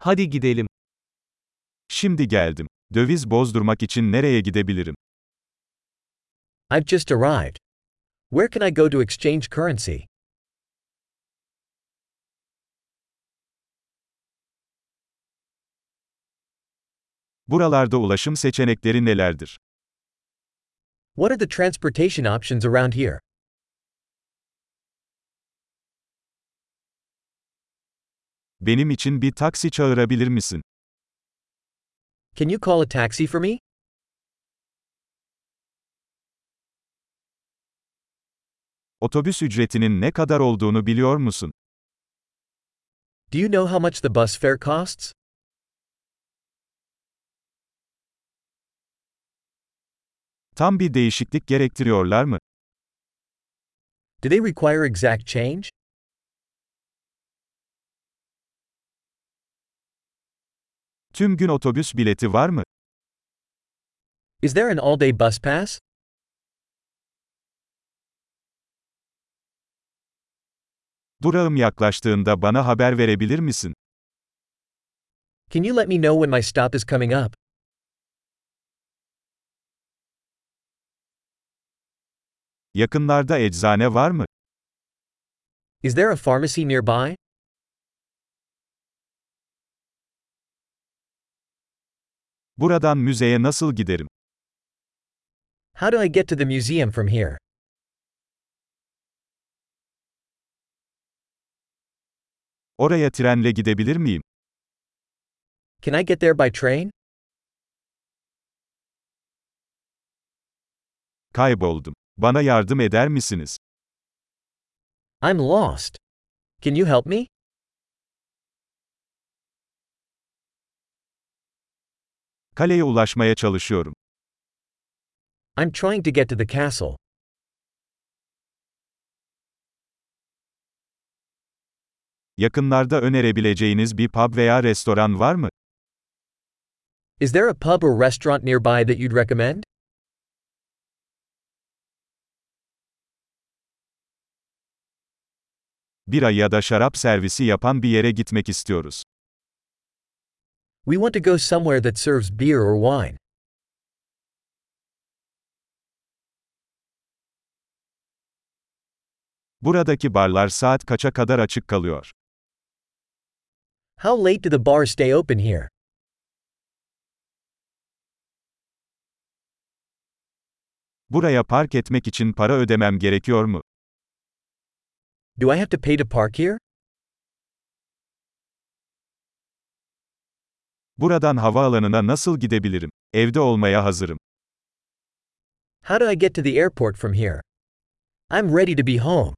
Hadi gidelim. Şimdi geldim. Döviz bozdurmak için nereye gidebilirim? I've just arrived. Where can I go to exchange currency? Buralarda ulaşım seçenekleri nelerdir? What are the transportation options around here? Benim için bir taksi çağırabilir misin? Can you call a taxi for me? Otobüs ücretinin ne kadar olduğunu biliyor musun? Do you know how much the bus fare costs? Tam bir değişiklik gerektiriyorlar mı? Do they require exact change? Tüm gün otobüs bileti var mı? Is there an all day bus pass? Durağım yaklaştığında bana haber verebilir misin? Can you let me know when my stop is coming up? Yakınlarda eczane var mı? Is there a pharmacy nearby? Buradan müzeye nasıl giderim? How do I get to the museum from here? Oraya trenle gidebilir miyim? Can I get there by train? Kayboldum. Bana yardım eder misiniz? I'm lost. Can you help me? Kaleye ulaşmaya çalışıyorum. I'm trying to get to the castle. Yakınlarda önerebileceğiniz bir pub veya restoran var mı? Is there a pub or restaurant nearby that you'd recommend? Bira ya da şarap servisi yapan bir yere gitmek istiyoruz. We want to go somewhere that serves beer or wine. Buradaki barlar saat kaça kadar açık kalıyor? How late do the bars stay open here? Buraya park etmek için para ödemem gerekiyor mu? Do I have to pay to park here? Buradan havaalanına nasıl gidebilirim? Evde olmaya hazırım. How do I get to the airport from here? I'm ready to be home.